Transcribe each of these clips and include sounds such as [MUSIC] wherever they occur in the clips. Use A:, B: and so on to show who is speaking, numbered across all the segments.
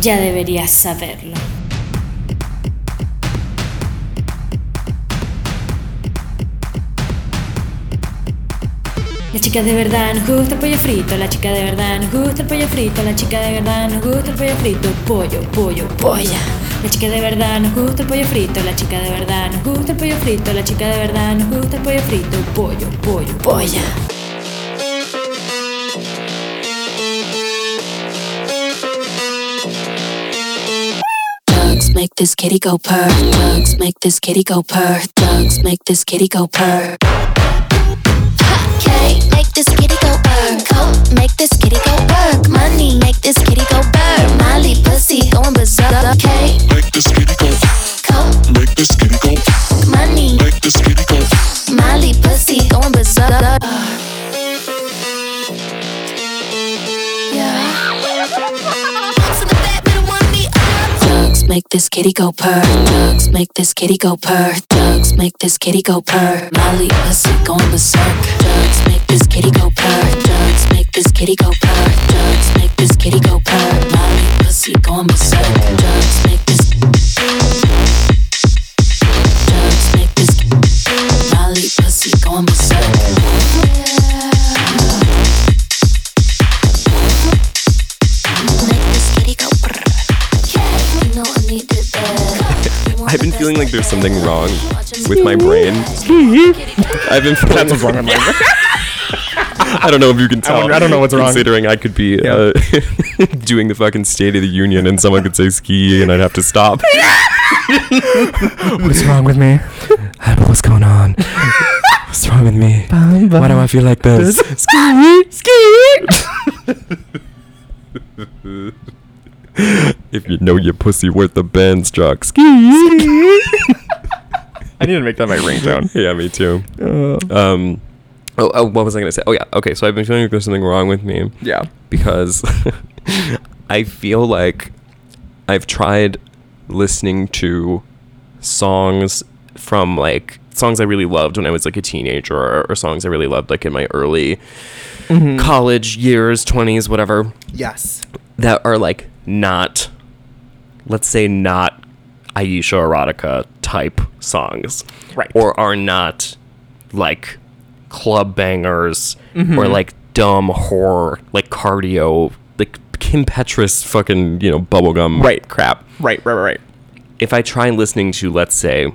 A: Ya deberías saberlo. La chica de verdad nos gusta el pollo frito, la chica de verdad nos gusta el pollo frito, la chica de verdad nos gusta el pollo frito, pollo, pollo, polla. La chica de verdad nos gusta el pollo frito, la chica de verdad nos gusta el pollo frito, la chica de verdad nos gusta el pollo frito, pollo, pollo, polla.
B: Drugs make this kitty go purr. Drugs make this kitty go purr. Drugs make this kitty go purr.
C: K, make this kitty go burr. Coke, make this kitty go burr. Money, make this kitty go burr. Molly, pussy, going berserk. K,
D: Make this kitty go.
C: Coke,
D: Make this kitty go.
C: money,
D: Make this kitty go.
C: Molly, pussy, going berserk. Yeah. Once in the back, middle one knee up.
B: Drugs make this kitty go purr. Drugs make this kitty go purr. Drugs make this kitty go purr. Molly pussy going berserk. Drugs make this kitty go purr. Drugs make this kitty go purr. Drugs make this kitty go purr. Molly pussy going berserk. Drugs make this. Drugs make this. Molly pussy going berserk.
C: Make this kitty go brr. K, you know I need it bad.
E: [LAUGHS] I've been feeling like there's something wrong with my brain. I've been feeling
F: That's what's wrong with my
E: [LAUGHS] I don't know if you can tell.
F: wonder- I don't know what's wrong.
E: Considering I could be uh, [LAUGHS] doing the fucking State of the Union and someone could say ski and I'd have to stop.
F: What's wrong with me?
G: What's going on? What's wrong with me? Why do I feel like this?
E: [LAUGHS] if you know your pussy worth a band struck, ski.
F: I need to make that my [LAUGHS]
E: [LAUGHS]
F: ringtone.
E: Yeah, me too. Um, oh, oh, what was I gonna say? Oh yeah, okay. So I've been feeling like there's something wrong with me.
F: Yeah.
E: because [LAUGHS] I feel like I've tried listening to songs from like songs I really loved when I was like a teenager or, or songs I really loved like in my early college years, 20s, whatever,
F: Mm-hmm. Yes.
E: that are like not, let's say, not Aisha Erotica type songs.
F: Right.
E: Or are not like club bangers
F: Mm-hmm.
E: or like dumb horror, like cardio, like Kim Petras fucking, you know, bubblegum
F: Right.
E: crap.
F: Right, right, right, right.
E: If I try listening to, let's say,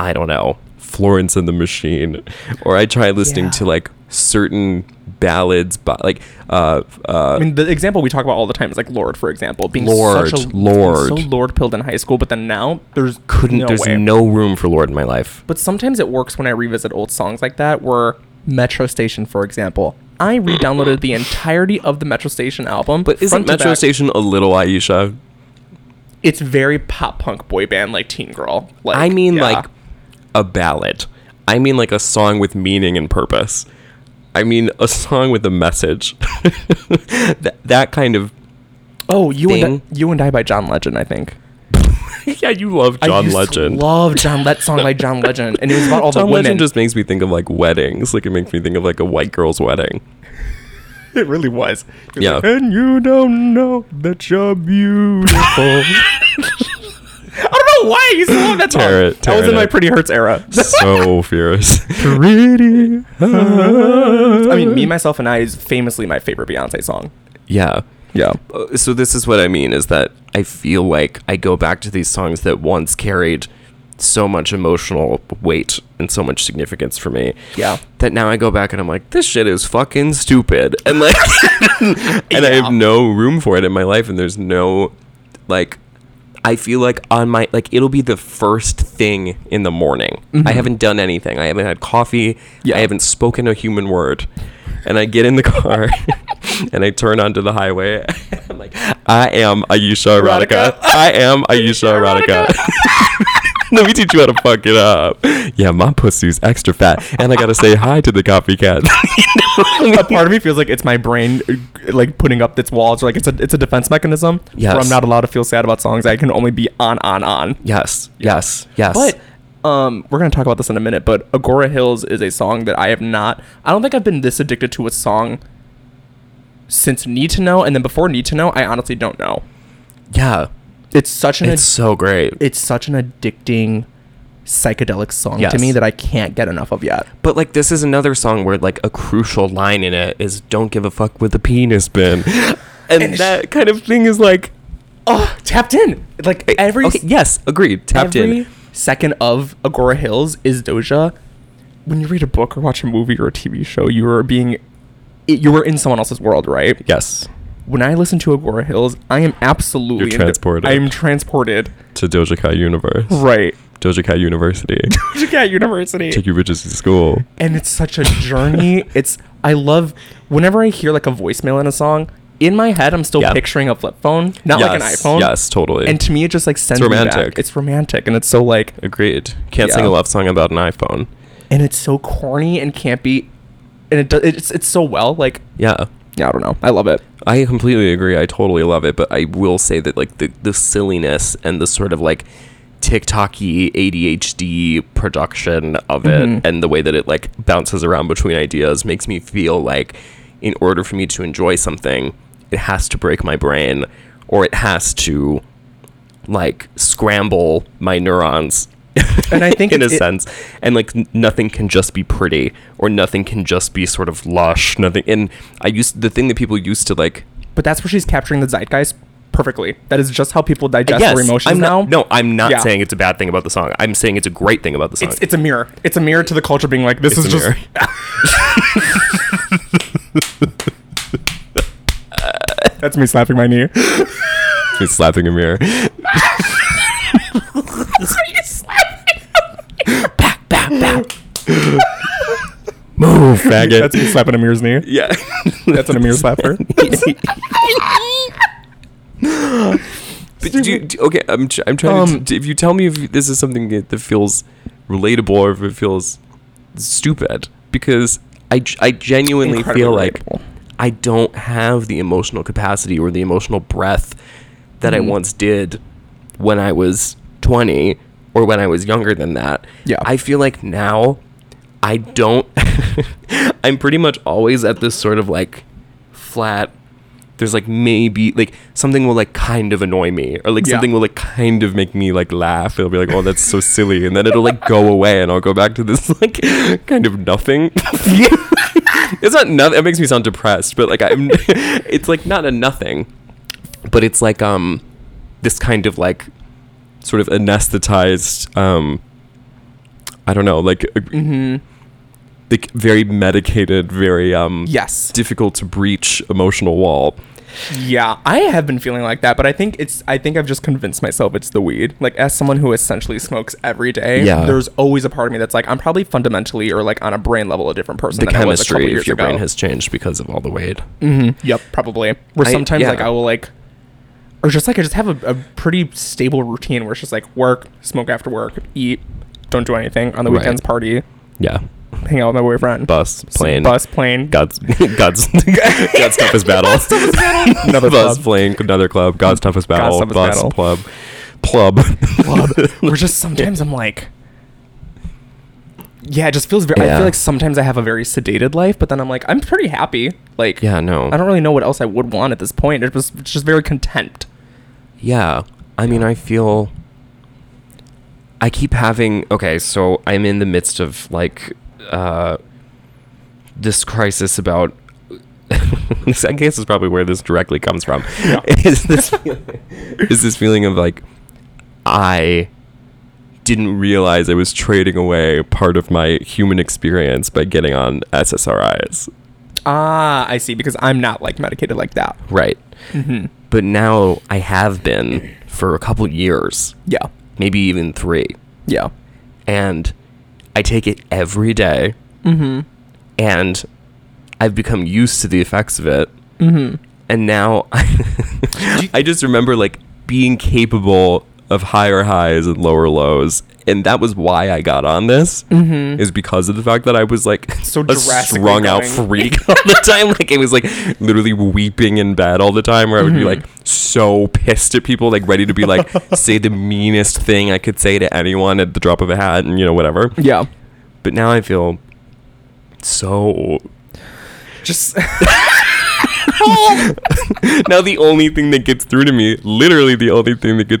E: I don't know, Florence and the Machine, or I try listening
F: Yeah.
E: to like certain ballads, by, like, uh, uh,
F: I mean, the example we talk about all the time is like Lord, for example, being
E: Lord,
F: such a
E: Lord.
F: so Lord pilled in high school, but then now there's
E: couldn't,
F: no
E: there's
F: way.
E: no room for Lord in my life.
F: But sometimes it works when I revisit old songs like that. Where Metro Station, for example, I re-downloaded the entirety of the Metro Station album.
E: But isn't
F: front to
E: Metro
F: back.
E: Station a little Aisha?
F: It's very pop punk boy band, like Teen Girl. Like,
E: I mean,
F: yeah.
E: like a ballad. I mean, like a song with meaning and purpose. I mean, a song with a message. [LAUGHS] that, that kind
F: [LAUGHS]
E: of.
F: oh, you and
E: thing.
F: I, you and I by John Legend, I think.
E: Yeah, you love
F: I
E: John
F: used to
E: Legend.
F: Love John Let song by John Legend, and it was about all
E: John
F: the women.
E: Legend just makes me think of like weddings. Like it makes me think of like a white girl's wedding.
F: [LAUGHS] it really was. It was
E: Yeah.
F: like, and you don't know that you're beautiful. I don't know why I used to love that song.
E: Tear it,
F: that was
E: tear
F: in
E: it
F: my
E: up.
F: Pretty Hurts era.
E: So fierce. [LAUGHS]
F: Pretty. [LAUGHS] I mean, me, myself, and I is famously my favorite Beyonce song.
E: [LAUGHS] Yeah.
F: Yeah.
E: Uh, so this is what I mean is that I feel like I go back to these songs that once carried so much emotional weight and so much significance for me.
F: Yeah.
E: That now I go back and I'm like, this shit is fucking stupid. And like [LAUGHS] and I have no room for it in my life and there's no like I feel like on my like it'll be the first thing in the morning.
F: Mm-hmm.
E: I haven't done anything. I haven't had coffee. I haven't spoken a human word. And I get in the
F: [LAUGHS]
E: car and I turn onto the highway. [LAUGHS] I'm like, I am Ayesha Erotica.
F: Erotica.
E: I
F: [LAUGHS]
E: am Ayesha Erotica. [LAUGHS] Let me teach you how to fuck it up. Yeah, my pussy's extra fat. And I gotta say hi to the
F: [LAUGHS]
E: copycat.
F: A part of me feels like it's my brain, uh, like putting up its walls, or like it's a it's a defense mechanism. Yeah.
E: Yes.
F: Where I'm not allowed to feel sad about songs. I can only be on, on, on.
E: [LAUGHS] yes, yes, yes.
F: But um, we're gonna talk about this in a minute. But Agora Hills is a song that I have not. I don't think I've been this addicted to a song since Need to Know, and then before Need to Know, I honestly don't know.
E: Yeah.
F: It's such an
E: It's
F: ad-
E: so great.
F: it's such an addicting psychedelic song
E: Yes.
F: to me that I can't get enough of yet.
E: But like this is another song where like a crucial line in it is "Don't give a fuck with the penis
F: [LAUGHS]
E: bin," and,
F: And
E: that kind of thing is like
F: Oh, tapped in. Like every
E: okay, yes, agreed, tapped
F: every
E: in.
F: second of Agora Hills is Doja. When you read a book or watch a movie or a TV show, you are being you were in someone else's world, right?
E: Yes,
F: When I listen to Agora Hills, I am absolutely
E: You're transported.
F: I am transported.
E: to Doja Cat Universe,
F: [LAUGHS] Right.
E: Doja Cat University,
F: [LAUGHS] Doja
E: [LAUGHS]
F: Cat University.
E: your bitches to school.
F: and it's such
E: [LAUGHS]
F: a journey. it's I love whenever I hear like a voicemail in a song. In my head, I'm still
E: Yeah.
F: picturing a flip phone, not like an
E: Yes,
F: iPhone.
E: yes, totally.
F: And to me, it just like sends
E: It's
F: Me
E: romantic.
F: back. It's romantic, and it's so like,
E: Agreed. Can't
F: Yeah.
E: sing a love song about an iPhone.
F: and it's so corny and campy, and it does. It's it's so well. Like,
E: Yeah.
F: yeah, I don't know. I love it.
E: I completely agree. I totally love it, but I will say that like the the silliness and the sort of like TikTok-y ADHD production of it
F: Mhm.
E: and the way that it like bounces around between ideas makes me feel like in order for me to enjoy something, it has to break my brain or it has to like scramble my neurons.
F: And I
E: [LAUGHS]
F: think
E: in a
F: it's- it-
E: sense, and like n- nothing can just be pretty, or nothing can just be sort of lush. Nothing, and I used the thing that people used to like
F: But that's where she's capturing the zeitgeist perfectly. That is just how people digest
E: Yes,
F: their emotions
E: I'm
F: now.
E: not- No, I'm not
F: Yeah.
E: saying it's a bad thing about the song. I'm saying it's a great thing about the song.
F: It's, it's a mirror. It's a mirror to the culture being like, this
E: It's
F: is
E: a
F: just.
E: [LAUGHS] mirror.
F: That's me slapping my knee.
E: It's slapping a mirror.
F: Move,
E: faggot.
F: That's me slapping Amir's knee.
E: [LAUGHS] Yeah.
F: That's an Amir slapper.
E: [LAUGHS] But do you, do- okay, I'm, tr- I'm trying
F: Um,
E: to. d- If you tell me if this is something that that feels relatable or if it feels stupid, because I, g- I genuinely
F: Incredibly
E: feel like
F: relatable.
E: I don't have the emotional capacity or the emotional breath that I once did when I was 20 or when I was younger than that.
F: Yeah.
E: I feel like now I don't. [LAUGHS] I'm pretty much always at this sort of like flat. There's like maybe like something will like kind of annoy me or like
F: Yeah.
E: something will like kind of make me like laugh. It'll be like, oh, that's so silly, and then it'll like go away, and I'll go back to this [LAUGHS] like kind of nothing. [LAUGHS] it's not nothing. It makes me sound depressed, but like I'm. [LAUGHS] it's like not a nothing, but it's like um, this kind of like sort of anesthetized um i don't know like uh, like very medicated very um
F: Yes.
E: difficult to breach emotional wall
F: Yeah, I have been feeling like that, but I think it's I think I've just convinced myself it's the weed. Like as someone who essentially smokes every day,
E: Yeah.
F: there's always a part of me that's like I'm probably fundamentally or like on a brain level a different person
E: the
F: than I was a couple
E: chemistry
F: years
E: of your
F: ago. Mm. Mm-hmm.
E: brain has changed because of all the weed
F: Yep,
E: [LAUGHS]
F: probably. Where
E: I-
F: sometimes
E: yeah.
F: like I will like or just like I just have a, a pretty stable routine where it's just like work, smoke after work, eat, don't do anything on the
E: Right.
F: weekends, party,
E: yeah
F: hang out with my boyfriend,
E: bus plane
F: bus, plane,
E: [LAUGHS] god's
F: [LAUGHS]
E: god's god's toughest battle [LAUGHS] another bus
F: club.
E: plane another club god's toughest battle
F: toughest
E: bus
F: battle.
E: club club [LAUGHS]
F: club. We're just sometimes I'm like, yeah, it just feels very. I
E: Yeah.
F: feel like sometimes I have a very sedated life, but then I'm like, I'm pretty happy. Like,
E: yeah no
F: I don't really know what else I would want at this point. It was it's just very content.
E: Yeah. I mean, I feel. I keep having. Okay, so I'm in the midst of, like, uh, this crisis about. [LAUGHS] I guess is probably where this directly comes from. [LAUGHS] is this feeling, is this feeling of like I didn't realize I was trading away part of my human experience by getting on SSRIs.
F: Ah, I see. Because I'm not like medicated like that. Mm-hmm.
E: Right. But now I have been for a couple years
F: Yeah,
E: maybe even three.
F: yeah.
E: And I take it every day.
F: Mm-hmm.
E: And I've become used to the effects of it.
F: Mm-hmm.
E: And now [LAUGHS] I, I just remember like being capable of higher highs and lower lows. And that was why I got on this, is because of the fact that I was like
F: Mm-hmm. [LAUGHS] So
E: a
F: drastically
E: strung out
F: going.
E: freak
F: [LAUGHS]
E: all the time. Like it was like literally weeping in bed all the time, where I would be
F: Mm-hmm.
E: like so pissed at people, like ready to be
F: [LAUGHS]
E: like say the meanest thing I could say to anyone at the drop of a hat, and you know whatever.
F: Yeah.
E: But now I feel so
F: [LAUGHS] Just
E: now the only thing that gets through to me, literally the only thing that gets through